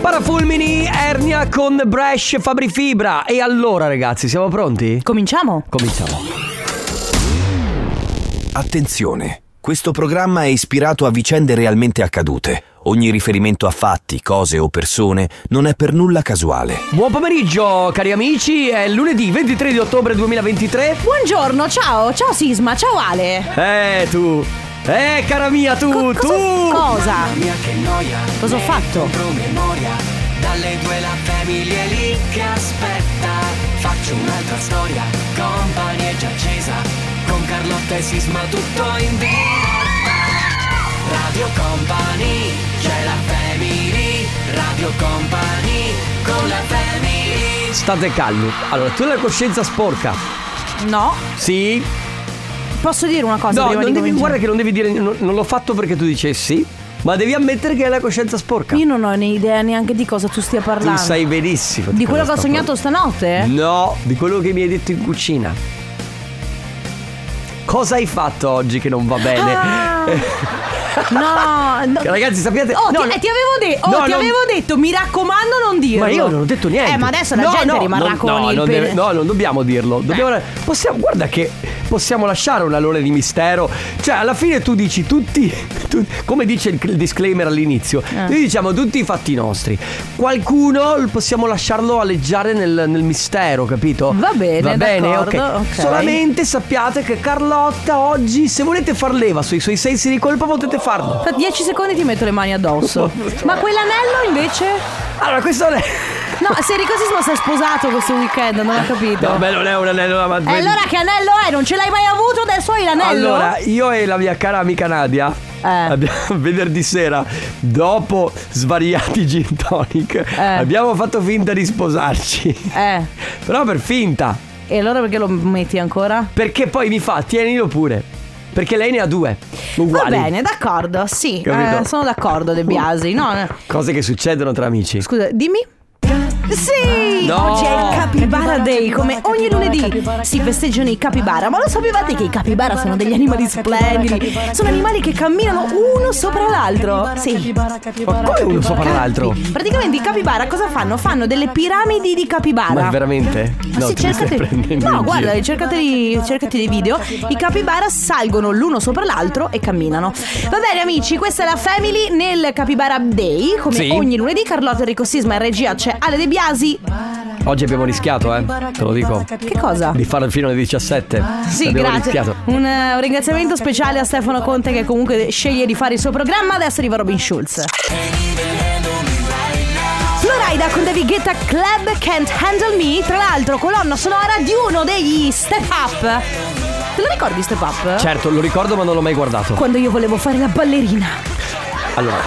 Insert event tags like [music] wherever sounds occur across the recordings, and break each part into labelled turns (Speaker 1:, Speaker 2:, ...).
Speaker 1: Parafulmini, Ernia con Bresh, Fabri Fibra. E allora, ragazzi, siamo pronti?
Speaker 2: Cominciamo.
Speaker 1: Cominciamo.
Speaker 3: Attenzione, questo programma è ispirato a vicende realmente accadute. Ogni riferimento a fatti, cose o persone non è per nulla casuale.
Speaker 1: Buon pomeriggio, cari amici. È lunedì 23 di ottobre 2023.
Speaker 2: Buongiorno, ciao, ciao Sisma, ciao Ale.
Speaker 1: Eh, tu. Eh, cara mia, tu,
Speaker 2: Co-
Speaker 1: tu.
Speaker 2: cosa- cosa?
Speaker 1: mia, che noia.
Speaker 2: Cosa ho fatto?
Speaker 1: Promemoria. Dalle due la famiglia lì che aspetta. Faccio un'altra storia. Company è già accesa. Con Carlotta e Sisma tutto in diretta. Radio Company, c'è la family. Radio Company, con la family. State calmi. Allora, tu hai la coscienza sporca.
Speaker 2: No,
Speaker 1: Sì,
Speaker 2: posso dire una cosa
Speaker 1: No,
Speaker 2: prima
Speaker 1: non
Speaker 2: di
Speaker 1: devi, guarda
Speaker 2: cominciare?
Speaker 1: che non devi dire non, non l'ho fatto perché tu dicessi, ma devi ammettere che hai la coscienza sporca.
Speaker 2: Io non ho né idea neanche di cosa tu stia
Speaker 1: tu
Speaker 2: parlando.
Speaker 1: sai benissimo.
Speaker 2: Di quello che ho
Speaker 1: sto
Speaker 2: sognato eh? stanotte?
Speaker 1: parlando. No, di quello che mi hai detto in cucina. Cosa hai fatto oggi che non va bene?
Speaker 2: Ah. no, no.
Speaker 1: Ragazzi, sappiate [laughs]
Speaker 2: Oh,
Speaker 1: no,
Speaker 2: ti,
Speaker 1: no.
Speaker 2: eh, ti avevo, de- oh,
Speaker 1: No,
Speaker 2: ti
Speaker 1: non-
Speaker 2: avevo detto, mi raccomando non dirlo.
Speaker 1: Ma io non ho detto niente.
Speaker 2: Eh, ma adesso la
Speaker 1: No,
Speaker 2: gente
Speaker 1: no,
Speaker 2: rimarrà
Speaker 1: non-
Speaker 2: con
Speaker 1: no,
Speaker 2: il
Speaker 1: non
Speaker 2: pene-
Speaker 1: deve- no, non dobbiamo dirlo. Dobbiamo- possiamo, guarda che possiamo lasciare un alone di mistero. Cioè, alla fine tu dici tutti, tu- come dice il, il disclaimer all'inizio,
Speaker 2: Eh.
Speaker 1: noi diciamo tutti i fatti nostri. Qualcuno l- possiamo lasciarlo alleggiare nel, nel mistero, capito?
Speaker 2: Va bene,
Speaker 1: Va bene, ok.
Speaker 2: d'accordo, ok.
Speaker 1: Solamente sappiate che Carlotta oggi, se volete far leva sui suoi sensi di colpa, potete farlo.
Speaker 2: Fra 10 secondi ti metto le
Speaker 1: [laughs]
Speaker 2: mani addosso. ma quell'anello invece?
Speaker 1: Allora, questo non è.
Speaker 2: No, se Enrico Sisma si è sposato questo weekend, non ho capito.
Speaker 1: No, beh, non è un anello da
Speaker 2: E allora che anello è? Non ce l'hai mai avuto, adesso hai l'anello?
Speaker 1: Allora, io e la mia cara amica Nadia.
Speaker 2: Eh.
Speaker 1: abbiamo- [laughs] venerdì sera, dopo svariati gin tonic, abbiamo fatto finta di sposarci. [laughs]
Speaker 2: Eh,
Speaker 1: Però per finta.
Speaker 2: e allora perché lo metti ancora?
Speaker 1: Perché poi mi fa, tienilo pure. Perché lei ne ha due. Uguali.
Speaker 2: Va bene, d'accordo, sì,
Speaker 1: Capito?
Speaker 2: eh, sono d'accordo De Biasi. No, no.
Speaker 1: Cose che succedono tra amici.
Speaker 2: Scusa, dimmi. Sì!
Speaker 1: No!
Speaker 2: Oggi è il capibara day, come ogni lunedì si festeggiano i capibara, ma lo sapevate che i capibara sono degli animali splendidi? Sono animali che camminano uno sopra l'altro. Sì.
Speaker 1: Ma come uno sopra l'altro?
Speaker 2: Praticamente i capibara cosa fanno? Fanno delle piramidi di capibara.
Speaker 1: Ma veramente?
Speaker 2: Ma
Speaker 1: No,
Speaker 2: sì,
Speaker 1: ti mi stai
Speaker 2: cercate.
Speaker 1: prendendo
Speaker 2: No,
Speaker 1: in
Speaker 2: guarda,
Speaker 1: giro.
Speaker 2: cercateli, cercati dei video. I capibara salgono l'uno sopra l'altro e camminano. Va bene, amici, questa è la Family nel Capibara Day. Come
Speaker 1: Sì.
Speaker 2: ogni lunedì, Carlotta Enrico Sisma in regia c'è Ale De Biasi.
Speaker 1: Oggi abbiamo rischiato, eh. Te lo dico.
Speaker 2: Che cosa?
Speaker 1: Di farlo fino alle 17.
Speaker 2: Sì,
Speaker 1: abbiamo
Speaker 2: grazie.
Speaker 1: rischiato.
Speaker 2: Un, eh, un ringraziamento speciale a Stefano Conte che comunque sceglie di fare il suo programma. Adesso arriva Robin Schulz. Florida con David Guetta Club Can't Handle Me. Tra l'altro, colonna sonora di uno degli step up. Te lo ricordi step up?
Speaker 1: Certo, lo ricordo ma non l'ho mai guardato.
Speaker 2: Quando io volevo fare la ballerina.
Speaker 1: Allora,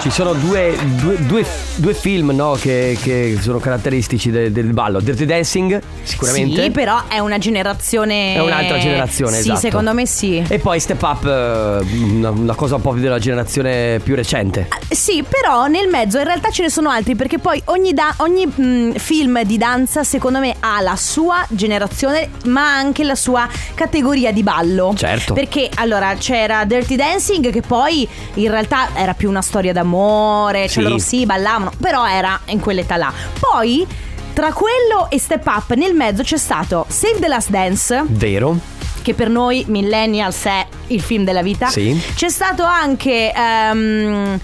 Speaker 1: ci sono due, due- due- due film no, che, che sono caratteristici de- del ballo. Dirty Dancing, sicuramente.
Speaker 2: Sì, però è una generazione.
Speaker 1: È un'altra generazione,
Speaker 2: Sì,
Speaker 1: esatto.
Speaker 2: secondo me sì.
Speaker 1: E poi Step Up, eh, una, una cosa un po' della generazione più recente.
Speaker 2: Sì, però nel mezzo in realtà ce ne sono altri perché poi ogni, da- ogni, mh, film di danza secondo me ha la sua generazione ma anche la sua categoria di ballo.
Speaker 1: Certo.
Speaker 2: Perché allora c'era Dirty Dancing che poi in realtà era più una storia d'amore,
Speaker 1: Sì.
Speaker 2: cioè loro sì ballavano, però era in quell'età là. Poi tra quello e Step Up nel mezzo c'è stato Save the Last Dance
Speaker 1: Vero?
Speaker 2: che per noi millennials è il film della vita.
Speaker 1: Sì.
Speaker 2: C'è stato anche. ehm,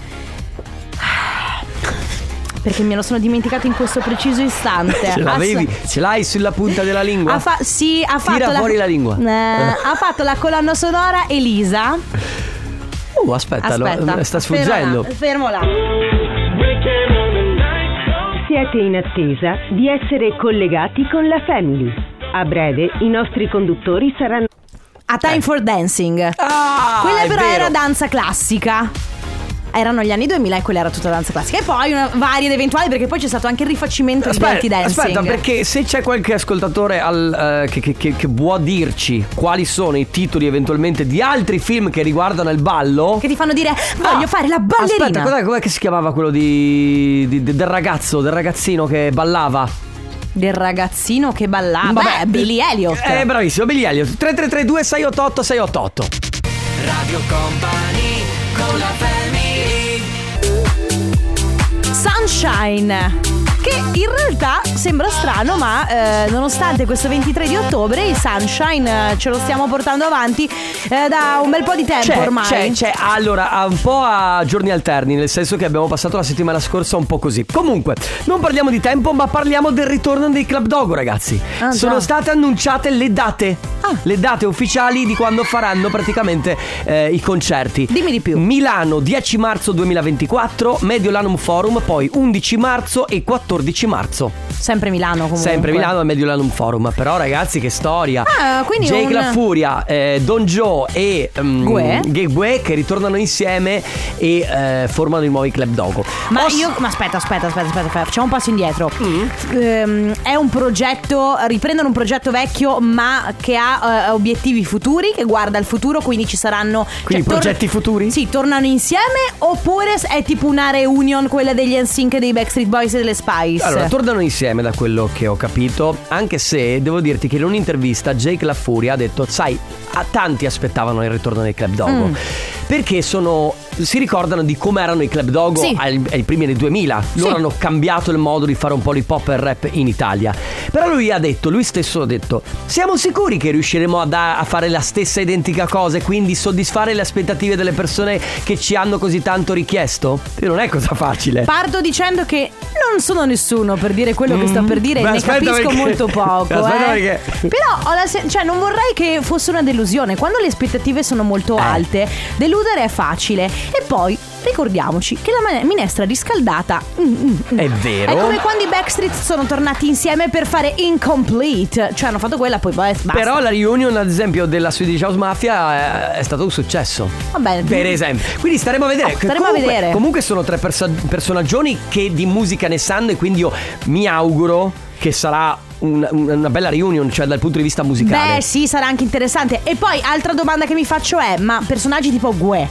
Speaker 2: perché me lo sono dimenticato in questo preciso istante.
Speaker 1: [laughs] Ce l'avevi? Ce l'hai sulla punta della lingua?
Speaker 2: Ha Ah, fa- sì, ha fatto.
Speaker 1: Tira fuori la lingua.
Speaker 2: Eh, ha fatto la colonna sonora Elisa.
Speaker 1: Oh, aspetta,
Speaker 2: Aspetta,
Speaker 1: lo- sta
Speaker 2: fermo là,
Speaker 1: sfuggendo.
Speaker 2: Fermo là.
Speaker 4: Siete in attesa di essere collegati con la Family. A breve i nostri conduttori saranno...
Speaker 2: A Time for Dancing.
Speaker 1: Eh. Ah,
Speaker 2: quella
Speaker 1: è
Speaker 2: però
Speaker 1: vero.
Speaker 2: era danza classica. Erano gli anni 2000 e quella era tutta danza classica. E poi una varie ed eventuali perché poi c'è stato anche il rifacimento
Speaker 1: Aspetta,
Speaker 2: di Dirty Dancing.
Speaker 1: aspetta, perché se c'è qualche ascoltatore al, eh, che, che- che- che vuole dirci quali sono i titoli eventualmente di altri film che riguardano il ballo,
Speaker 2: Che ti fanno dire voglio
Speaker 1: Ah,
Speaker 2: fare la ballerina.
Speaker 1: Aspetta, com'è, com'è che si chiamava quello di, di- del ragazzo, del ragazzino che ballava?
Speaker 2: Del ragazzino che ballava. Ah, Beh, Billy Elliot.
Speaker 1: Mm, Eh, bravissimo, Billy Elliot. 3332 688 688. Radio Company con la
Speaker 2: Sunshine Sunshine. Che in realtà sembra strano, ma eh, nonostante questo 23 di ottobre, il Sunshine eh, ce lo stiamo portando avanti eh, da un bel po' di tempo
Speaker 1: C'è,
Speaker 2: ormai.
Speaker 1: c'è, c'è, allora, ha un po' a giorni alterni, nel senso che abbiamo passato la settimana scorsa un po' così. Comunque, non parliamo di tempo, ma parliamo del ritorno dei Club Dogo, ragazzi.
Speaker 2: Ah,
Speaker 1: Sono
Speaker 2: già. Ah.
Speaker 1: state annunciate le date, le date ufficiali di quando faranno praticamente eh, i concerti.
Speaker 2: Dimmi di più.
Speaker 1: Milano 10 marzo 2024, Mediolanum Forum, poi 11 marzo e 14 marzo.
Speaker 2: Sempre Milano comunque.
Speaker 1: Sempre Milano e Mediolanum Forum. Però, ragazzi, che storia!
Speaker 2: Ah, quindi
Speaker 1: Jake
Speaker 2: un-
Speaker 1: La Furia, eh, Don Joe e mm,
Speaker 2: Gue.
Speaker 1: Gay Gue che ritornano insieme e eh, formano i nuovi Club Dogo.
Speaker 2: Ma
Speaker 1: Os-
Speaker 2: io. Ma aspetta, aspetta, aspetta, aspetta, aspetta, facciamo un passo indietro. Ehm, è un progetto. Riprendono un progetto vecchio, ma che ha eh, obiettivi futuri, che guarda al futuro, quindi ci saranno.
Speaker 1: Quindi
Speaker 2: tor-
Speaker 1: progetti futuri?
Speaker 2: Sì, tornano insieme. Oppure è tipo una reunion, quella degli NSYNC, dei Backstreet Boys e delle Spice.
Speaker 1: Allora, tornano insieme da quello che ho capito, anche se devo dirti che in un'intervista Jake La Furia ha detto, sai, a tanti aspettavano il ritorno dei Club Dogo,
Speaker 2: Mm.
Speaker 1: perché sono, si ricordano di come erano i Club Dogo
Speaker 2: Sì.
Speaker 1: ai, ai primi anni 2000, loro
Speaker 2: Sì.
Speaker 1: hanno cambiato il modo di fare un po' di pop e rap in Italia, però lui ha detto, lui stesso ha detto, siamo sicuri che riusciremo a, da- a fare la stessa identica cosa e quindi soddisfare le aspettative delle persone che ci hanno così tanto richiesto? E Non è cosa facile.
Speaker 2: Parto dicendo che non sono nessuno per dire quello che sto
Speaker 1: Mm.
Speaker 2: per dire,
Speaker 1: Beh,
Speaker 2: ne
Speaker 1: aspetta
Speaker 2: capisco
Speaker 1: perché-
Speaker 2: molto poco.
Speaker 1: [laughs] aspetta
Speaker 2: eh.
Speaker 1: perché-
Speaker 2: Però ho la se- cioè, non vorrei che fosse una delusione. Quando le aspettative sono molto
Speaker 1: Eh.
Speaker 2: alte, deludere è facile. E poi ricordiamoci che la man- minestra riscaldata mm, mm, mm.
Speaker 1: È vero.
Speaker 2: È come quando i Backstreet sono tornati insieme per fare incomplete. Cioè, hanno fatto quella, poi beh, basta.
Speaker 1: Però la reunion, ad esempio, della Swedish House Mafia eh, è stato un successo.
Speaker 2: Va bene.
Speaker 1: Per esempio. Quindi staremo a vedere.
Speaker 2: Oh, Mm. staremo a
Speaker 1: comunque,
Speaker 2: vedere.
Speaker 1: Comunque sono tre perso- personaggioni che di musica ne sanno e quindi io mi auguro che sarà un- una bella reunion, cioè dal punto di vista musicale.
Speaker 2: Beh, sì, sarà anche interessante. E poi, altra domanda che mi faccio è: ma personaggi tipo Gue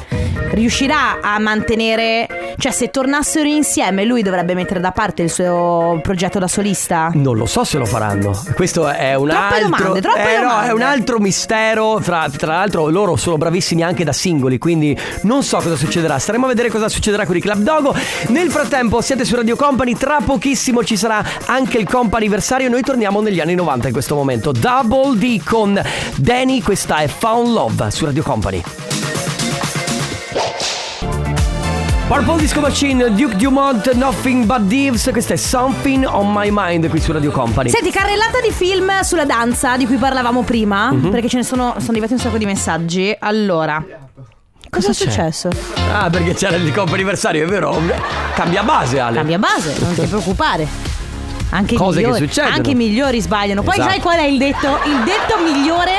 Speaker 2: riuscirà a mantenere. Cioè, se tornassero insieme, lui dovrebbe mettere da parte il suo progetto da solista?
Speaker 1: Non lo so se lo faranno. Questo è un
Speaker 2: Troppe
Speaker 1: altro.
Speaker 2: domande, troppe
Speaker 1: Eh, no,
Speaker 2: domande.
Speaker 1: è un altro mistero. Fra, tra l'altro, loro sono bravissimi anche da singoli. Quindi non so cosa succederà. Staremo a vedere cosa succederà con i Club Dogo. Nel frattempo, siete su Radio Company. Tra pochissimo ci sarà anche il comp anniversario. Noi torniamo negli anni 90 in questo momento. Double D con Danny. Questa è Found Love su Radio Company. Purple Disco Machine, Duke Dumont, Nothing But Dives. Questa è Something on My Mind qui su Radio Company.
Speaker 2: Senti, carrellata di film sulla danza di cui parlavamo prima, perché ce ne sono, sono arrivati un sacco di messaggi. Allora, cosa è
Speaker 1: c'è?
Speaker 2: successo?
Speaker 1: Ah, perché c'era il compo anniversario, è vero? Cambia base, Ale.
Speaker 2: Cambia base, non ti preoccupare. Anche i
Speaker 1: Cose che
Speaker 2: migliori,
Speaker 1: succedono.
Speaker 2: Anche i migliori sbagliano. Poi
Speaker 1: Esatto.
Speaker 2: sai qual è il detto? Il detto migliore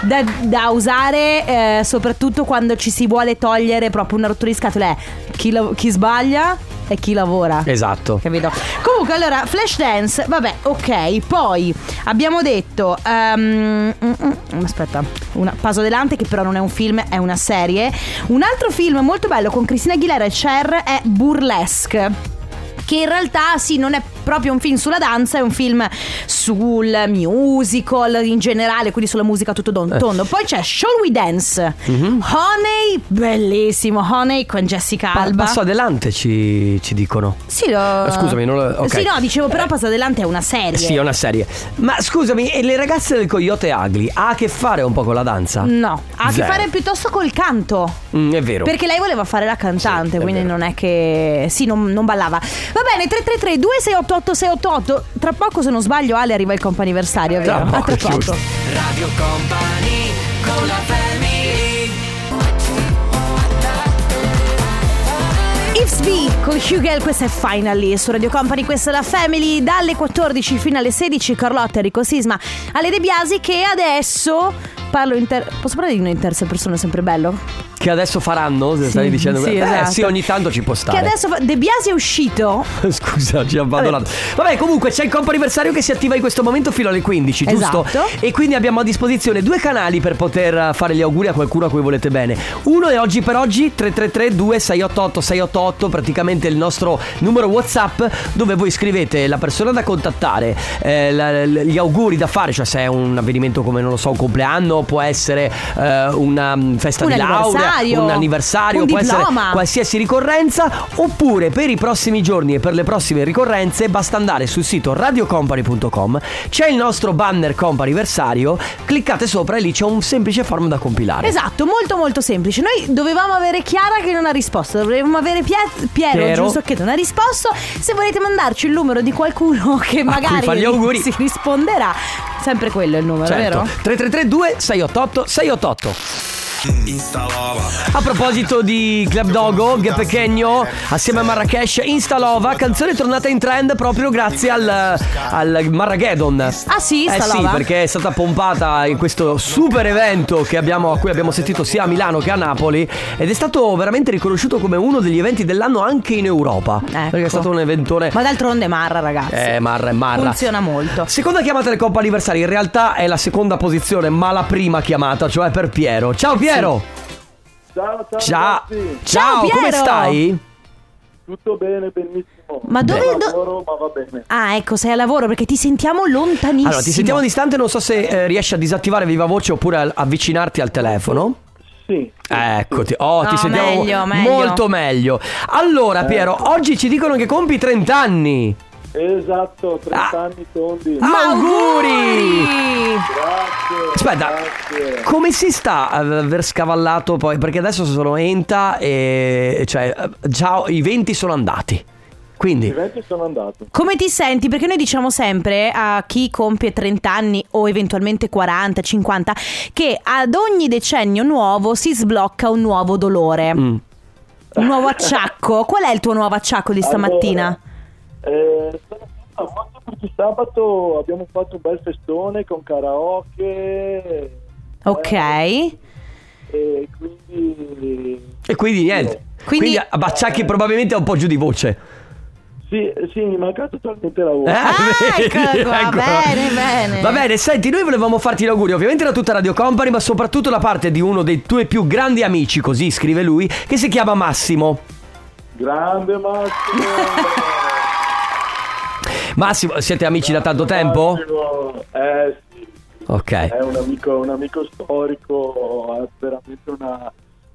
Speaker 2: da, da usare eh, soprattutto quando ci si vuole togliere proprio una rottura di scatole è chi, lav- chi sbaglia e chi lavora.
Speaker 1: Esatto.
Speaker 2: Capito? Comunque, allora, flash dance, vabbè, ok. Poi abbiamo detto. ehm, mm, mm, aspetta, una, Paso Delante, che però non è un film, è una serie. Un altro film molto bello con Cristina Aguilera e Cher è Burlesque. Che in realtà sì, non è proprio un film sulla danza, è un film sul musical in generale, quindi sulla musica a tutto don- tondo. Poi c'è Shall We Dance, Honey, bellissimo, Honey con Jessica
Speaker 1: Pa-
Speaker 2: Alba.
Speaker 1: Passo adelante, ci, ci dicono.
Speaker 2: Sì, lo...
Speaker 1: Ah, scusami, non lo- ok. Eh.
Speaker 2: Sì, no, dicevo però Passa Adelante è una serie.
Speaker 1: Sì, è una serie. Ma scusami, e le ragazze del Coyote Agli ha a che fare un po' con la danza?
Speaker 2: No, ha a che
Speaker 1: Zero.
Speaker 2: fare piuttosto col canto.
Speaker 1: Mm, è vero.
Speaker 2: Perché lei voleva fare la cantante,
Speaker 1: Sì, è
Speaker 2: quindi
Speaker 1: vero.
Speaker 2: non è che. Sì, non, non ballava. Va bene, 333 2688 688. Tra poco, se non sbaglio, Ale arriva il comp'anniversario, vero?
Speaker 1: Tra
Speaker 2: A
Speaker 1: poco,
Speaker 2: tra poco.
Speaker 1: giusto.
Speaker 5: Radio Company con la family
Speaker 2: Ifs B con Hugel, questa è Finally su Radio Company, questa è la Family dalle 14 fino alle 16, Carlotta, Enrico Sisma, Ale De Biasi che adesso parlo in ter- posso parlare di noi in terza persona, è sempre bello?
Speaker 1: Che adesso faranno, se stavi dicendo.
Speaker 2: sì,
Speaker 1: Eh,
Speaker 2: esatto.
Speaker 1: sì, ogni tanto ci può
Speaker 2: Che
Speaker 1: stare.
Speaker 2: adesso fa- De Biasi è uscito.
Speaker 1: [laughs] Scusa, ci ho abbandonato. Vabbè, comunque c'è il compo anniversario che si attiva in questo momento fino alle 15, giusto?
Speaker 2: Esatto.
Speaker 1: E quindi abbiamo a disposizione due canali per poter eh, fare gli auguri a qualcuno a cui volete bene. Uno è oggi per oggi 333 2688 688, praticamente il nostro numero WhatsApp dove voi scrivete la persona da contattare, eh, la- l- gli auguri da fare, cioè se è un avvenimento come non lo so, un compleanno, può essere eh, una mm, festa
Speaker 2: Un
Speaker 1: di laurea,
Speaker 2: anniversario.
Speaker 1: un anniversario,
Speaker 2: Un
Speaker 1: può
Speaker 2: diploma.
Speaker 1: essere qualsiasi ricorrenza, oppure per i prossimi giorni e per le prossime ricorrenze basta andare sul sito radiocompany.com, c'è il nostro banner companiversario, cliccate sopra e lì c'è un semplice form da compilare.
Speaker 2: Esatto, molto molto semplice. Noi dovevamo avere Chiara che non ha risposto, dovevamo avere Pie- Piero,
Speaker 1: Piero.
Speaker 2: giusto che non ha risposto. Se volete mandarci il numero di qualcuno [laughs] che magari
Speaker 1: fare gli auguri.
Speaker 2: si risponderà, sempre quello è il
Speaker 1: Certo.
Speaker 2: numero, vero?
Speaker 1: 3332 688 688 a proposito di Club Dogo, Ghe Pechegno assieme a Marrakesh, Instalova, canzone tornata in trend proprio grazie al, al Marrageddon.
Speaker 2: Ah, sì,
Speaker 1: eh sì,
Speaker 2: Instalova?
Speaker 1: perché è stata pompata in questo super evento che abbiamo, a cui abbiamo sentito sia a Milano che a Napoli ed è stato veramente riconosciuto come uno degli eventi dell'anno anche in Europa.
Speaker 2: Ecco.
Speaker 1: Perché è stato un eventone
Speaker 2: Ma d'altronde Marra, ragazzi.
Speaker 1: eh, Marra, è Marra.
Speaker 2: Funziona molto.
Speaker 1: Seconda chiamata del Coppa Anniversario. In realtà è la seconda posizione, ma la prima chiamata, cioè per Piero. Ciao Piero!
Speaker 6: Ciao, ciao,
Speaker 1: Ciao!
Speaker 6: ragazzi.
Speaker 2: Ciao,
Speaker 1: come
Speaker 2: Piero!
Speaker 1: stai?
Speaker 6: tutto bene, benissimo.
Speaker 2: Ma dove-
Speaker 6: Sono a
Speaker 2: do-
Speaker 6: lavoro, ma va bene.
Speaker 2: Ah, ecco, sei a lavoro perché ti sentiamo lontanissimo.
Speaker 1: Allora, ti sentiamo distante, non so se eh, riesci a disattivare viva voce oppure a- avvicinarti al telefono.
Speaker 6: Sì.
Speaker 1: Eccoti, oh,
Speaker 2: No,
Speaker 1: ti sentiamo
Speaker 2: meglio, meglio. Ecco.
Speaker 1: molto meglio. Allora, Piero, oggi ci dicono che compi 30 anni.
Speaker 6: Esatto, 30
Speaker 1: Eh. Ah.
Speaker 6: anni tondi.
Speaker 2: Auguri!
Speaker 6: Grazie.
Speaker 1: Aspetta,
Speaker 6: grazie.
Speaker 1: come si sta ad aver scavallato poi? Perché adesso sono enta e cioè eh, già i venti sono andati. Quindi,
Speaker 6: I venti sono andato.
Speaker 2: Come ti senti? Perché noi diciamo sempre a chi compie 30 anni o eventualmente 40, 50 che ad ogni decennio nuovo si sblocca un nuovo dolore,
Speaker 1: mm,
Speaker 2: un nuovo acciacco. Qual è il tuo nuovo acciacco di stamattina?
Speaker 6: Allora, eh, sono stato molto perché sabato abbiamo fatto un bel festone con karaoke.
Speaker 2: Ok.
Speaker 6: E quindi...
Speaker 1: e quindi niente.
Speaker 2: Quindi-
Speaker 1: Quindi, a Bacciacchi probabilmente è un po' giù di voce.
Speaker 6: Sì, sì, mi è mancato totalmente la voce.
Speaker 1: Eh,
Speaker 2: ecco qua,
Speaker 1: [laughs] vedi?
Speaker 2: bene, bene.
Speaker 1: Va bene, senti, noi volevamo farti gli auguri ovviamente da tutta Radio Company, ma soprattutto da parte di uno dei tuoi più grandi amici, così scrive lui, che si chiama Massimo.
Speaker 6: Grande Massimo.
Speaker 1: Massimo, siete amici da tanto tempo?
Speaker 6: Massimo, eh sì,
Speaker 1: Ok.
Speaker 6: è Eh, un amico, un amico storico, è veramente una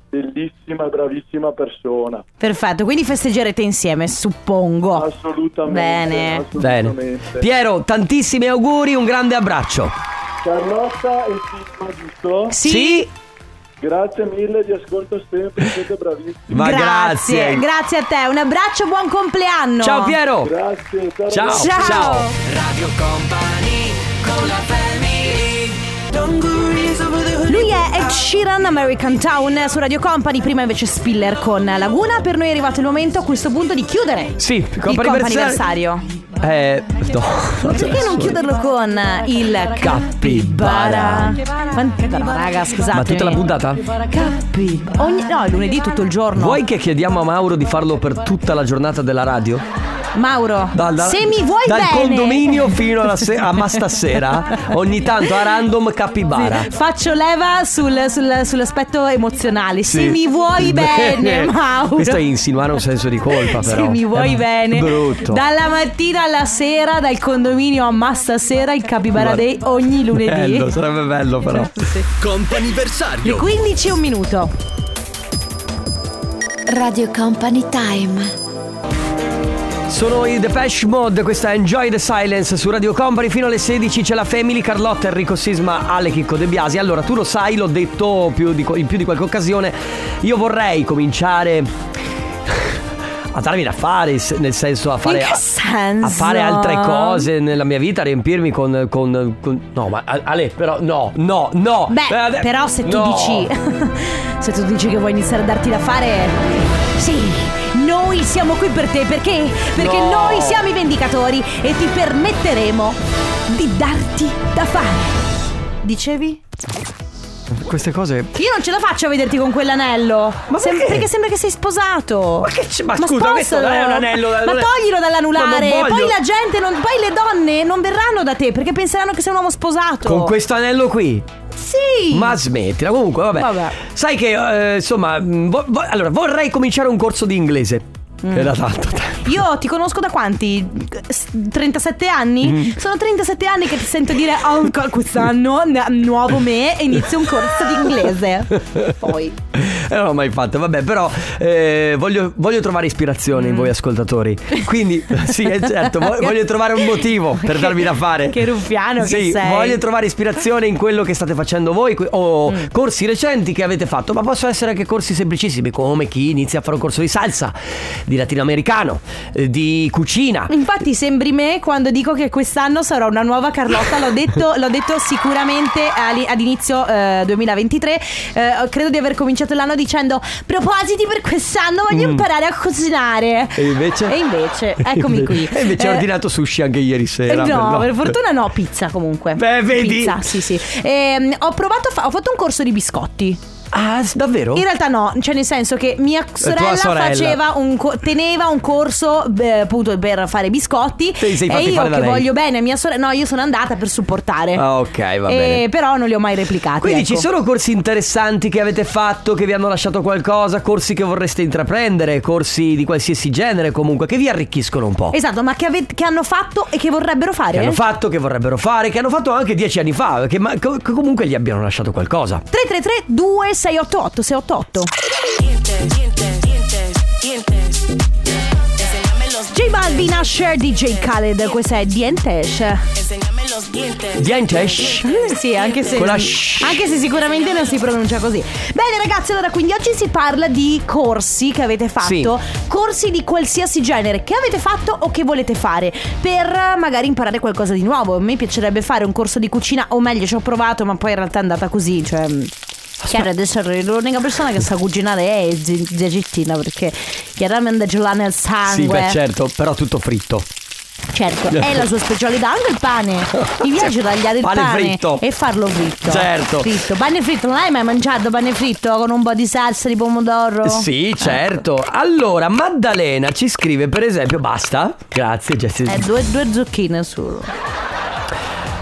Speaker 6: bellissima e bravissima persona.
Speaker 2: Perfetto, quindi festeggerete insieme, suppongo.
Speaker 6: Assolutamente.
Speaker 2: Oh. Bene.
Speaker 1: Bene.
Speaker 6: assolutamente.
Speaker 1: Piero, tantissimi auguri, un grande abbraccio.
Speaker 6: Carlotta e Sisma, giusto?
Speaker 2: Sì.
Speaker 6: Grazie mille, vi ascolto sempre, siete bravissimi.
Speaker 1: ma
Speaker 2: grazie.
Speaker 1: grazie.
Speaker 2: Grazie a te, un abbraccio, buon compleanno.
Speaker 1: Ciao Piero.
Speaker 6: Grazie, ciao.
Speaker 1: Ciao.
Speaker 2: Ciao.
Speaker 1: Ciao.
Speaker 5: Radio Company con la family
Speaker 2: Lui è Ed Sheeran, American Town su Radio Company, prima invece Spiller con Laguna. Per noi è arrivato il momento a questo punto di chiudere.
Speaker 1: Sì,
Speaker 2: Il
Speaker 1: company
Speaker 2: comp'anniversario.
Speaker 1: Eh, no.
Speaker 2: Perché non chiuderlo con il
Speaker 1: Capibara.
Speaker 2: capibara? Quant- No, raga, scusate.
Speaker 1: Ma tutta la puntata?
Speaker 2: Capibara. Ogni... No, è lunedì tutto il giorno.
Speaker 1: Vuoi che chiediamo a Mauro di farlo per tutta la giornata della radio?
Speaker 2: Mauro,
Speaker 1: Dal- dal-
Speaker 2: se mi vuoi
Speaker 1: Dal
Speaker 2: bene.
Speaker 1: condominio fino alla se- a ma stasera Ogni tanto a random capibara
Speaker 2: Faccio leva sul- sul- sull'aspetto emozionale. Se mi vuoi bene, Mauro.
Speaker 1: Questo è insinuare un senso di colpa però
Speaker 2: Se mi vuoi
Speaker 1: È
Speaker 2: bene,
Speaker 1: Brutto
Speaker 2: dalla mattina alla sera, dal condominio a Massa Sera, il Capibara
Speaker 1: Guarda- Eh,
Speaker 2: Day ogni lunedì.
Speaker 1: Bello, sarebbe bello però
Speaker 2: Le 15 e un minuto.
Speaker 7: Radio Company Time.
Speaker 1: Sono i Depeche Mode, questa è Enjoy the Silence su Radio Company fino alle 16 c'è la Family, Carlotta, Enrico Sisma, Ale Chicco De Biasi. Allora, tu lo sai, l'ho detto più di- in più di qualche occasione, io vorrei cominciare [laughs] a darmi da fare, s- nel senso a fare
Speaker 2: In che
Speaker 1: a-
Speaker 2: senso?
Speaker 1: a fare altre cose nella mia vita, a riempirmi con, con- con- no, ma a- Ale, però no, no, no. Eh,
Speaker 2: Beh,
Speaker 1: ade-
Speaker 2: però se tu
Speaker 1: no.
Speaker 2: dici [laughs] se tu dici che vuoi iniziare a darti da fare sì, noi siamo qui per te perché perché
Speaker 1: No.
Speaker 2: noi siamo i vendicatori e ti permetteremo di darti da fare. Dicevi?
Speaker 1: queste cose
Speaker 2: Io non ce la faccio a vederti con quell'anello.
Speaker 1: Ma
Speaker 2: Sem-
Speaker 1: perché?
Speaker 2: sembra che sei sposato.
Speaker 1: Ma che c'è- ma scusa, questo
Speaker 2: spostalo.
Speaker 1: non è un anello,
Speaker 2: Ma
Speaker 1: non è-
Speaker 2: toglilo dall'anulare.
Speaker 1: Ma non voglio.
Speaker 2: Poi la gente, non- poi le donne non verranno da te perché penseranno che sei un uomo sposato.
Speaker 1: con questo anello qui
Speaker 2: Sì.
Speaker 1: Ma smettila, comunque, vabbè.
Speaker 2: Vabbè.
Speaker 1: mm,
Speaker 2: Mm.
Speaker 1: Sai che, eh, insomma, mh, vo- vo- allora, vorrei cominciare un corso di inglese. Che da tanto tempo.
Speaker 2: Io ti conosco da quanti? S- 37 anni?
Speaker 1: Mm.
Speaker 2: Sono 37 anni che ti sento dire "Oh, ancora quest'anno, n- nuovo me, e inizio un corso di inglese.
Speaker 1: [laughs]
Speaker 2: Poi.
Speaker 1: Eh, non l'ho mai fatto, vabbè, però eh, voglio, voglio trovare ispirazione
Speaker 2: Mm.
Speaker 1: in voi ascoltatori.
Speaker 2: [laughs]
Speaker 1: Quindi, sì, eh, certo, vo- voglio trovare un motivo per
Speaker 2: Che-
Speaker 1: darmi da fare.
Speaker 2: che ruffiano che
Speaker 1: sì,
Speaker 2: sei.
Speaker 1: Voglio trovare ispirazione in quello che state facendo voi que-
Speaker 2: Mm.
Speaker 1: o corsi recenti che avete fatto, ma possono essere anche corsi semplicissimi, come chi inizia a fare un corso di salsa, di latinoamericano, eh, di cucina.
Speaker 2: Infatti sembri me quando dico che quest'anno sarò una nuova Carlotta, l'ho detto, l'ho detto sicuramente ali- ad inizio eh, 2023, Eh, credo di aver cominciato l'anno dicendo propositi per quest'anno voglio imparare a cucinare.
Speaker 1: Mm. E invece?
Speaker 2: E invece, eccomi qui.
Speaker 1: [laughs] E invece ho
Speaker 2: Eh,
Speaker 1: ordinato sushi anche ieri
Speaker 2: eh,
Speaker 1: sera.
Speaker 2: No,
Speaker 1: però-
Speaker 2: per fortuna no, pizza comunque.
Speaker 1: Beh, vedi?
Speaker 2: Pizza, sì, sì. Ehm, ho provato, a fa- ho fatto un corso di biscotti.
Speaker 1: Ah, s- davvero?
Speaker 2: In realtà no, cioè nel senso che mia sorella,
Speaker 1: sorella.
Speaker 2: faceva un co- teneva un corso beh, appunto per fare biscotti
Speaker 1: Te li sei
Speaker 2: e
Speaker 1: fatti
Speaker 2: io
Speaker 1: fare da
Speaker 2: che
Speaker 1: lei.
Speaker 2: voglio bene a mia sorella, no, io sono andata per supportare.
Speaker 1: Ah, ok, va
Speaker 2: Eh,
Speaker 1: bene.
Speaker 2: però non li ho mai replicati.
Speaker 1: Quindi
Speaker 2: ecco.
Speaker 1: ci sono corsi interessanti che avete fatto, che vi hanno lasciato qualcosa, corsi che vorreste intraprendere, corsi di qualsiasi genere comunque, che vi arricchiscono un po'.
Speaker 2: Esatto, ma che, ave- che hanno fatto e che vorrebbero fare?
Speaker 1: Che hanno fatto, che vorrebbero fare, che hanno fatto anche dieci anni fa, che, ma- co- che comunque gli abbiano lasciato qualcosa.
Speaker 2: 333 2688 688 J Balvin, Asher, DJ Khaled Questa è Dientesh
Speaker 1: Dientesh.
Speaker 2: Certo. Sì, anche se,
Speaker 1: Con la sh.
Speaker 2: anche se sicuramente non si pronuncia così. Bene, ragazzi, allora quindi oggi si parla di corsi che avete fatto, corsi di qualsiasi genere che avete fatto o che volete fare per eh, magari imparare qualcosa di nuovo. A me piacerebbe fare un corso di cucina, o meglio, ci ho provato, ma poi in realtà è andata così, cioè. mh, Chiara adesso è l'unica persona che sa cucinare è zi- zia Gittina perché chiaramente gelare nel sangue.
Speaker 1: Sì, beh, certo, però tutto fritto.
Speaker 2: Certo, è la sua specialità, anche il pane. Mi piace tagliare il
Speaker 1: Certo. Pane
Speaker 2: pane,
Speaker 1: fritto.
Speaker 2: e farlo fritto.
Speaker 1: Certo.
Speaker 2: Fritto. Pane fritto, non hai mai mangiato pane fritto con un po' di salsa di pomodoro?
Speaker 1: Eh, Sì, certo. Allora, Maddalena ci scrive, per esempio, basta. Grazie, Jessica.
Speaker 2: Eh, due, due zucchine solo.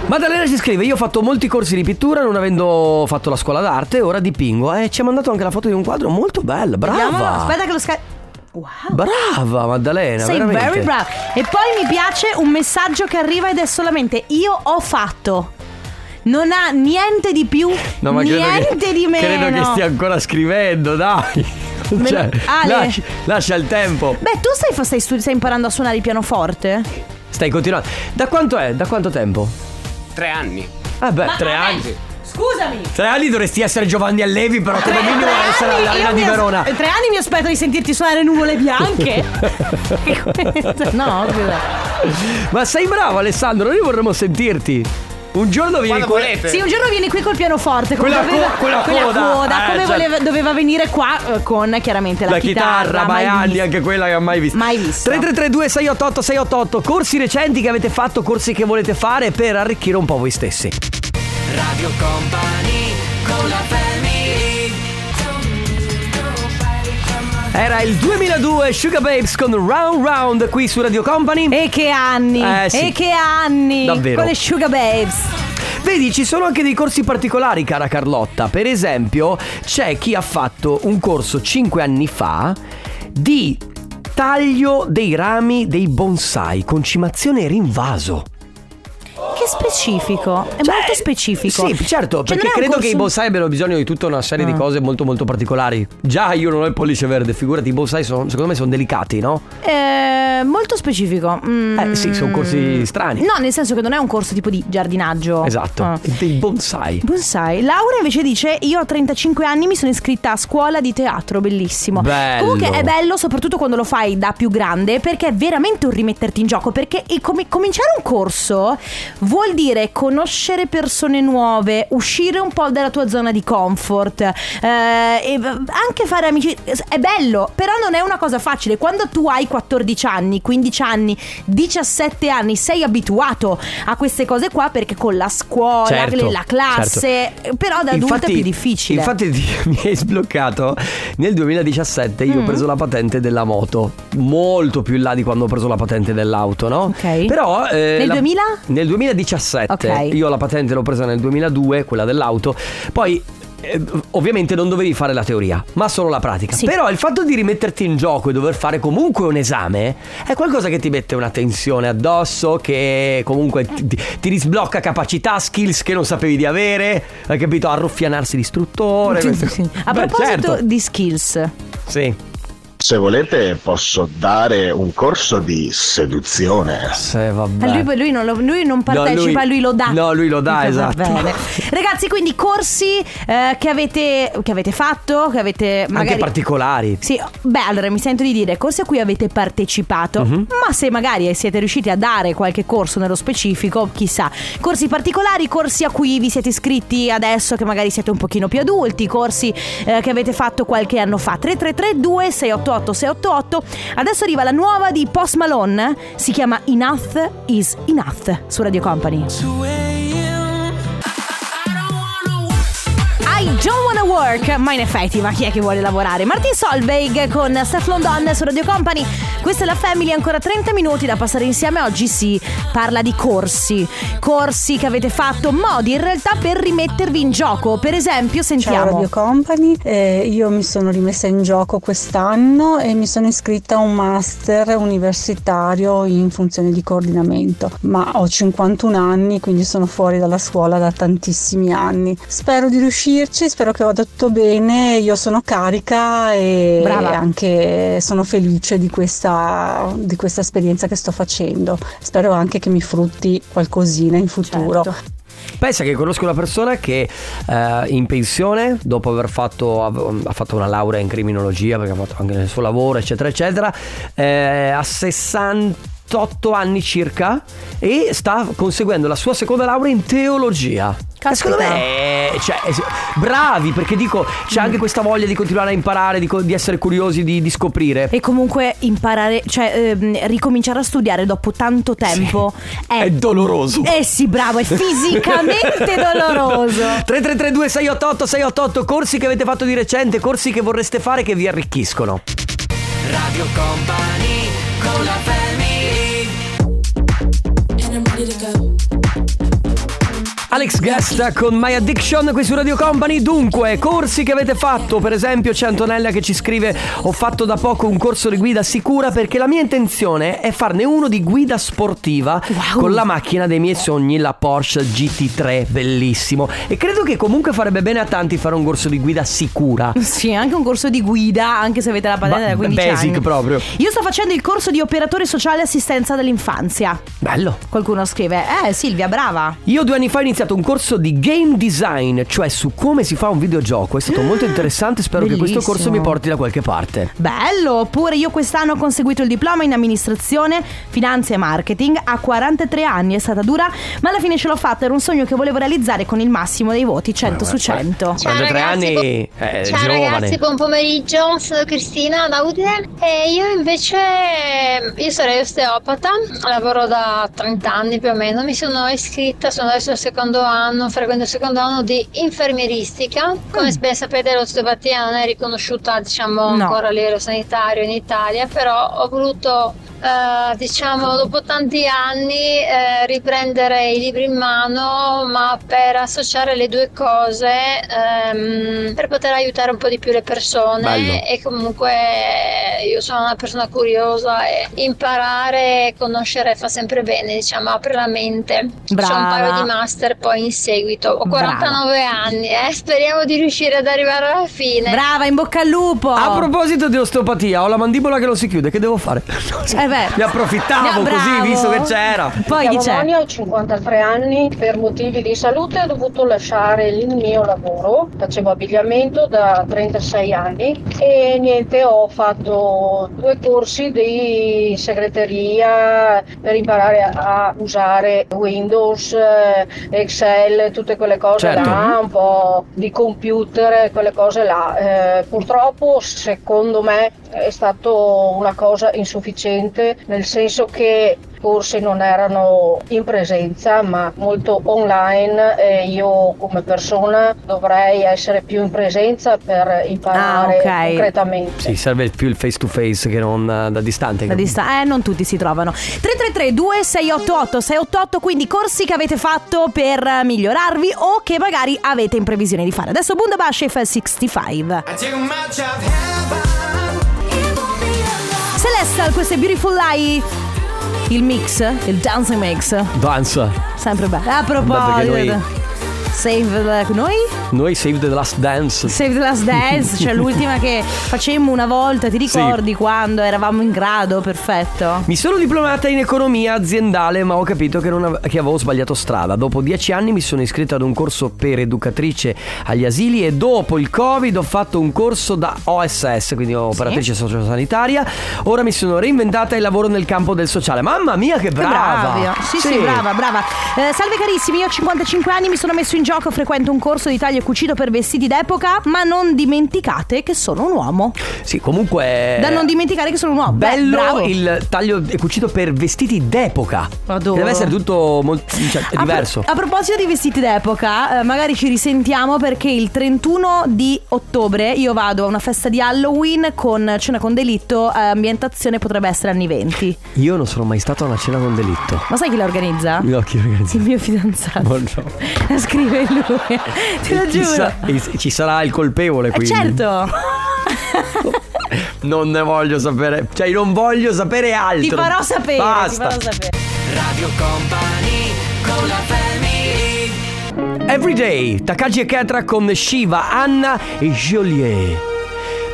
Speaker 1: Maddalena ci scrive: Io ho fatto molti corsi di pittura, non avendo fatto la scuola d'arte, ora dipingo. Eh, ci ha mandato anche la foto di un quadro molto bella.
Speaker 2: Vediamolo,
Speaker 1: Brava!
Speaker 2: Aspetta che lo scarico. Wow.
Speaker 1: Brava Maddalena,
Speaker 2: Sei
Speaker 1: veramente.
Speaker 2: very brava. E poi mi piace un messaggio che arriva ed è solamente io ho fatto. Non ha niente di più,
Speaker 1: No, ma credo
Speaker 2: niente
Speaker 1: che,
Speaker 2: di meno.
Speaker 1: Credo che stia ancora scrivendo, dai. [laughs]
Speaker 2: Me-
Speaker 1: Cioè,
Speaker 2: Ale.
Speaker 1: lascia, lascia il tempo.
Speaker 2: Beh, tu stai, stai stu- stai imparando a suonare il pianoforte?
Speaker 1: Stai continuando. Da quanto è? Da quanto tempo?
Speaker 8: Tre anni.
Speaker 1: Eh beh, tre anni.
Speaker 2: Scusami.
Speaker 1: Tre anni dovresti essere Giovanni Allevi, però
Speaker 2: Tre-
Speaker 1: come minimo
Speaker 2: tre
Speaker 1: essere
Speaker 2: anni
Speaker 1: all'Arena
Speaker 2: io
Speaker 1: di
Speaker 2: mi as-
Speaker 1: Verona.
Speaker 2: Tre anni mi aspetto di sentirti suonare
Speaker 1: [laughs]
Speaker 2: nuvole bianche. no, scusa.
Speaker 1: Ma sei bravo Alessandro, noi vorremmo sentirti. Un giorno vieni
Speaker 8: Quando
Speaker 1: con
Speaker 8: volete.
Speaker 2: Sì, un giorno vieni qui col pianoforte. Come
Speaker 1: Quella co- quella
Speaker 2: doveva,
Speaker 1: coda. Eh,
Speaker 2: come
Speaker 1: certo.
Speaker 2: voleva- doveva venire qua eh, con chiaramente la,
Speaker 1: La chitarra,
Speaker 2: mai
Speaker 1: mai anni,
Speaker 2: vista.
Speaker 1: anche quella che ho mai visto.
Speaker 2: Mai vista.
Speaker 1: 3332 688 688 corsi recenti che avete fatto, corsi che volete fare per arricchire un po' voi stessi.
Speaker 5: Radio Company con la family
Speaker 1: Era il 2002 Sugar Babes con Round Round qui su Radio Company. E
Speaker 2: E che anni!
Speaker 1: Eh, sì.
Speaker 2: E che anni!
Speaker 1: Davvero.
Speaker 2: Con le Sugar Babes.
Speaker 1: vedi, ci sono anche dei corsi particolari, cara Carlotta. Per esempio, c'è chi ha fatto un corso 5 anni fa di taglio dei rami dei bonsai, concimazione e rinvaso.
Speaker 2: Che specifico. È
Speaker 1: Cioè,
Speaker 2: molto specifico.
Speaker 1: Sì, certo,
Speaker 2: Cioè,
Speaker 1: perché
Speaker 2: non è
Speaker 1: credo
Speaker 2: un corso- Ah.
Speaker 1: che i bonsai abbiano bisogno di tutta una serie di cose molto molto particolari. Già io non ho il pollice verde, figurati, i bonsai sono- secondo me sono delicati, no?
Speaker 2: Eh, molto specifico. Mm.
Speaker 1: Eh, sì, sono corsi strani.
Speaker 2: No, nel senso che non è un corso tipo di giardinaggio.
Speaker 1: Esatto,
Speaker 2: Ah.
Speaker 1: dei bonsai.
Speaker 2: Bonsai. Laura invece dice: Io a 35 anni mi sono iscritta a scuola di teatro, bellissimo.
Speaker 1: Bello.
Speaker 2: Comunque è bello, soprattutto quando lo fai da più grande, perché è veramente un rimetterti in gioco. Perché e come- cominciare un corso vuol dire conoscere persone nuove, uscire un po' dalla tua zona di comfort, eh, e v- anche fare amici. È bello, però non è una cosa facile. Quando tu hai 14 anni, 15 anni, 17 anni, sei abituato a queste cose qua perché con la scuola,
Speaker 1: Certo,
Speaker 2: la classe, però da adulta è più difficile. [laughs]
Speaker 1: Infatti ti- [laughs] mi hai sbloccato. Nel 2017
Speaker 2: Mm.
Speaker 1: io ho preso la patente della moto, molto più in là di quando ho preso la patente dell'auto, no?
Speaker 2: Ok.
Speaker 1: Però eh,
Speaker 2: Nel
Speaker 1: la-
Speaker 2: 2000?
Speaker 1: Nel 2017.
Speaker 2: Ok.
Speaker 1: Io la patente l'ho presa nel 2002, quella dell'auto. Poi eh, ovviamente non dovevi fare la teoria, ma solo la pratica.
Speaker 2: Sì.
Speaker 1: Però il fatto di rimetterti in gioco e dover fare comunque un esame è qualcosa che ti mette una tensione addosso, che comunque ti, ti- ti risblocca capacità, skills che non sapevi di avere, hai capito? Arruffianarsi l'istruttore. queste-
Speaker 2: A
Speaker 1: Beh,
Speaker 2: proposito
Speaker 1: certo.
Speaker 2: di skills,
Speaker 1: Sì.
Speaker 8: Se volete posso dare un corso di seduzione.
Speaker 1: Sì, vabbè.
Speaker 2: Ah, lui, lui non lo- lui non partecipa,
Speaker 1: lui-
Speaker 2: lui, lo dà.
Speaker 1: no, lui lo dà,
Speaker 2: Va
Speaker 1: esatto. [laughs]
Speaker 2: bene. Ragazzi, quindi corsi eh, che, avete, che avete fatto, che avete magari...
Speaker 1: Anche particolari.
Speaker 2: Sì, beh, allora mi sento di dire corsi a cui avete partecipato, ma se magari siete riusciti a dare qualche corso nello specifico, chissà. Corsi particolari, corsi a cui vi siete iscritti adesso che magari siete un pochino più adulti, corsi eh, che avete fatto qualche anno fa. 3332 688 688. Adesso arriva la nuova di Post Malone, si chiama Enough is Enough su Radio Company. I don't wanna work, ma in effetti, ma chi è che vuole lavorare? Martin Solveig con Steph London su Radio Company. Questa è la Family, ancora 30 minuti da passare insieme. Oggi si parla di corsi, corsi che avete fatto, modi in realtà per rimettervi in gioco. Per
Speaker 9: Ciao
Speaker 2: esempio, sentiamo.
Speaker 9: Radio Company, Eh, io mi sono rimessa in gioco quest'anno e mi sono iscritta a un master universitario in funzione di coordinamento, ma ho 51 anni quindi sono fuori dalla scuola da tantissimi anni. Spero di riuscirci, spero che vada tutto bene, io sono carica e
Speaker 2: Brava.
Speaker 9: anche sono felice di questa, di questa esperienza che sto facendo. Spero anche che mi frutti qualcosina in futuro.
Speaker 2: Certo.
Speaker 1: Pensa che conosco una persona che eh, in pensione, dopo aver fatto, av- ha fatto una laurea in criminologia, perché ha fatto anche il suo lavoro, eccetera, eccetera, eh, a 68 anni circa e sta conseguendo la sua seconda laurea in teologia. E Secondo
Speaker 2: Caspita.
Speaker 1: me, eh, cioè, eh, sì, bravi perché dico c'è anche questa voglia di continuare a imparare, di, co- di essere curiosi, di, di scoprire.
Speaker 2: E comunque imparare, cioè ehm, ricominciare a studiare dopo tanto tempo è,
Speaker 1: È doloroso.
Speaker 2: Eh sì,
Speaker 1: [laughs]
Speaker 2: bravo, è fisicamente doloroso.
Speaker 1: 3332 688 688 corsi che avete fatto di recente, corsi che vorreste fare che vi arricchiscono.
Speaker 5: Radio Company con la family
Speaker 1: Alex Guest con My Addiction qui su Radio Company. Dunque, corsi che avete fatto, per esempio c'è Antonella che ci scrive "Ho fatto da poco un corso di guida sicura perché la mia intenzione è farne uno di guida sportiva con la macchina dei miei sogni, la Porsche GT3, bellissimo. E credo che comunque farebbe bene a tanti fare un corso di guida sicura.
Speaker 2: Sì, anche un corso di guida, anche se avete la patente
Speaker 1: Ba-
Speaker 2: da 15
Speaker 1: basic
Speaker 2: anni.
Speaker 1: proprio.
Speaker 2: Io sto facendo il corso di operatore sociale e assistenza dell'infanzia.
Speaker 1: Bello.
Speaker 2: Qualcuno scrive, eh Silvia, brava.
Speaker 1: Io due anni fa ho iniziato un corso di game design, cioè su come si fa un videogioco. È stato molto interessante, spero che questo
Speaker 2: Bellissimo.
Speaker 1: corso mi porti da qualche parte.
Speaker 2: Bello, oppure io quest'anno ho conseguito il diploma in amministrazione, finanze e marketing a 43 anni, è stata dura, ma alla fine ce l'ho fatta, era un sogno che volevo realizzare con il massimo dei voti, 100 su 100.
Speaker 10: Ciao
Speaker 1: 43
Speaker 10: ragazzi,
Speaker 1: anni,
Speaker 10: bu-
Speaker 1: eh,
Speaker 10: ciao
Speaker 1: giovane.
Speaker 10: ragazzi, buon pomeriggio, sono Cristina da Udine e io invece, io sarei osteopata, lavoro da 30 anni più o meno, mi sono iscritta, sono adesso al secondo anno, frequento il secondo anno di infermieristica, come ben sapete l'osteopatia non è riconosciuta diciamo
Speaker 2: Mm. No.
Speaker 10: ancora a livello sanitario in Italia, però ho voluto eh, diciamo dopo tanti anni eh, riprendere i libri in mano ma per associare le due cose ehm, per poter aiutare un po' di più le persone
Speaker 1: Bello.
Speaker 10: e comunque eh, io sono una persona curiosa e imparare e conoscere fa sempre bene diciamo apre la mente c'è un
Speaker 2: Brava.
Speaker 10: paio di master poi in seguito ho
Speaker 2: Brava.
Speaker 10: 49 anni eh, speriamo di riuscire ad arrivare alla fine
Speaker 2: Brava, in bocca al lupo.
Speaker 1: A proposito di osteopatia, ho la mandibola che non si chiude, che devo fare?
Speaker 2: Eh beh.
Speaker 1: Ne approfittavo così,
Speaker 2: No, bravo.
Speaker 1: visto che c'era.
Speaker 2: Poi Ah, chi c'è?
Speaker 11: Io ho 53 anni, per motivi di salute ho dovuto lasciare il mio lavoro, facevo abbigliamento da 36 anni e niente, ho fatto due corsi di segreteria per imparare a usare Windows, eh, Excel, tutte quelle cose
Speaker 1: Certo.
Speaker 11: là, un po' di computer, quelle cose là. Eh, purtroppo secondo me è stato una cosa insufficiente, nel senso che corsi non erano in presenza ma molto online e io come persona dovrei essere più in presenza per
Speaker 2: Ah,
Speaker 11: imparare
Speaker 2: ok.
Speaker 11: concretamente.
Speaker 1: Sì, serve più il face to face che non eh, da distante.
Speaker 2: La dista- eh, non tutti si trovano. 333 2688 688, quindi corsi che avete fatto per eh, migliorarvi o che magari avete in previsione di fare. Adesso Bundabash e 65. Celestial, questo è Beautiful Lie. Il mix, il dancing mix.
Speaker 1: Danza.
Speaker 2: Sempre bello. A
Speaker 1: Vabbè,
Speaker 2: proposito.
Speaker 1: perché noi-
Speaker 2: Save the- noi?
Speaker 1: Noi Save the Last Dance.
Speaker 2: Save the Last Dance,
Speaker 1: [laughs]
Speaker 2: cioè l'ultima che facemmo una volta, ti ricordi quando eravamo in grado? Perfetto.
Speaker 1: Mi sono diplomata in economia aziendale, ma ho capito che, non av- che avevo sbagliato strada. Dopo dieci anni mi sono iscritta ad un corso per educatrice agli asili e dopo il Covid ho fatto un corso da OSS, quindi operatrice sociosanitaria. Ora mi sono reinventata e lavoro nel campo del sociale. Mamma mia, che brava!
Speaker 2: Bravia. Sì, sì, brava, brava. Eh, salve carissimi, io ho 55 anni, mi sono messo in gioco, frequento un corso di taglio e cucito per vestiti d'epoca, ma non dimenticate che sono un uomo.
Speaker 1: Sì, comunque.
Speaker 2: Da non dimenticare che sono un uomo. Beh,
Speaker 1: Eh. Bello
Speaker 2: bravo.
Speaker 1: il taglio e cucito per vestiti d'epoca.
Speaker 2: Adoro. Ah.
Speaker 1: Deve essere tutto molto, cioè,
Speaker 2: A pro-
Speaker 1: diverso.
Speaker 2: A, proposito di vestiti d'epoca, eh, magari ci risentiamo perché il 31 di ottobre io vado a una festa di Halloween con cena con delitto, eh, ambientazione potrebbe essere anni 20.
Speaker 1: Io non sono mai stato a una cena con delitto.
Speaker 2: Ma sai chi la organizza?
Speaker 1: No, chi ragazzi?
Speaker 2: Il mio fidanzato.
Speaker 1: Buongiorno.
Speaker 2: [laughs] Scrive
Speaker 1: [laughs]
Speaker 2: lui. Te lo giuro.
Speaker 1: Chissà- e ci sarà il colpevole
Speaker 2: Eh,
Speaker 1: quindi. [laughs]
Speaker 2: certo.
Speaker 1: Non ne voglio sapere, cioè io non voglio sapere altro.
Speaker 2: Ti farò sapere, ti
Speaker 1: Basta.
Speaker 2: farò sapere.
Speaker 5: Radio Company con la family
Speaker 1: Everyday, Takagi e Ketra con Shiva, Anna e Joliet.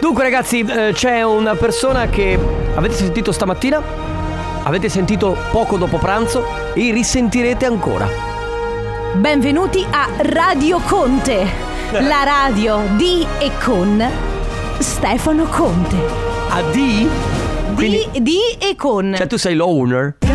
Speaker 1: Dunque ragazzi, eh, c'è una persona che avete sentito stamattina? Avete sentito poco dopo pranzo e risentirete ancora.
Speaker 2: Benvenuti a Radio Conte, la radio di e con Stefano Conte.
Speaker 1: A D?
Speaker 2: Eh.
Speaker 1: Quindi-
Speaker 2: Di, di e con.
Speaker 1: Cioè tu sei l'owner?
Speaker 2: Eh,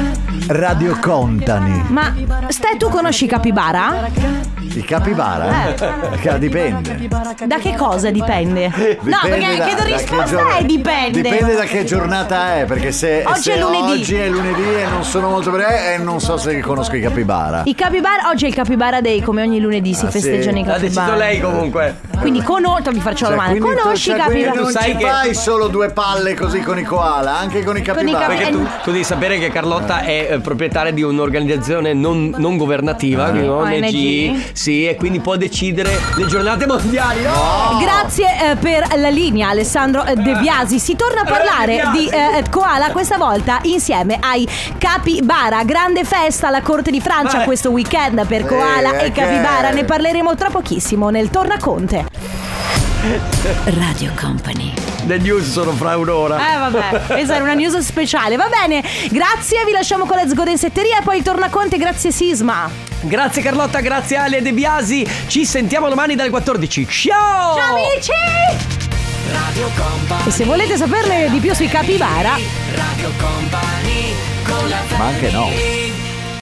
Speaker 3: Radio Company.
Speaker 2: Ma stai tu conosci Capibara? Eh.
Speaker 3: Il capibara? [laughs] Ca- Dipende.
Speaker 2: Da che cosa dipende? no,
Speaker 3: [laughs] Dipende
Speaker 2: perché
Speaker 3: da-
Speaker 2: chiedo
Speaker 3: da che
Speaker 2: risposta
Speaker 3: giorno-
Speaker 2: è dipende.
Speaker 3: Dipende da che giornata è, perché se
Speaker 2: Oggi
Speaker 3: se
Speaker 2: è lunedì.
Speaker 3: oggi è lunedì e non sono molto breve e non so se conosco i capibara.
Speaker 2: I capibara, oggi è il capibara day, come ogni lunedì si
Speaker 3: Ah, sì?
Speaker 2: festeggiano i
Speaker 3: L'ha
Speaker 2: capibara.
Speaker 3: deciso lei
Speaker 1: comunque.
Speaker 2: Quindi conosco, vi faccio la domanda.
Speaker 3: quindi tu-
Speaker 2: Conosci i
Speaker 3: cioè, quindi
Speaker 2: capibara?
Speaker 3: Non ci fai solo due palle così con i koala, anche con i capibara.
Speaker 1: Perché tu, tu devi sapere che Carlotta è eh, proprietaria di un'organizzazione non, non governativa,
Speaker 2: Ah.
Speaker 1: quindi
Speaker 2: ONG.
Speaker 1: ONG, sì, e quindi può decidere le giornate mondiali. No!
Speaker 2: Grazie eh, per la linea Alessandro eh, De Biasi. Si torna a parlare di eh, Koala questa volta insieme ai Capibara. Grande festa alla Corte di Francia questo weekend per Koala
Speaker 5: eh,
Speaker 2: e Capibara.
Speaker 5: che-
Speaker 2: Ne parleremo tra pochissimo nel Tornaconte.
Speaker 1: Radio Company. Le news sono fra un'ora.
Speaker 2: Eh vabbè, questa era una news speciale. Va bene, grazie, vi lasciamo con la sgodensetteria e poi il Tornaconte grazie Sisma.
Speaker 1: Grazie Carlotta, grazie Ale De Biasi. Ci sentiamo domani dalle 14. Ciao!
Speaker 2: Ciao amici! E se volete saperne di più sui Capibara...
Speaker 5: Radio Company con la family
Speaker 3: Ma anche no.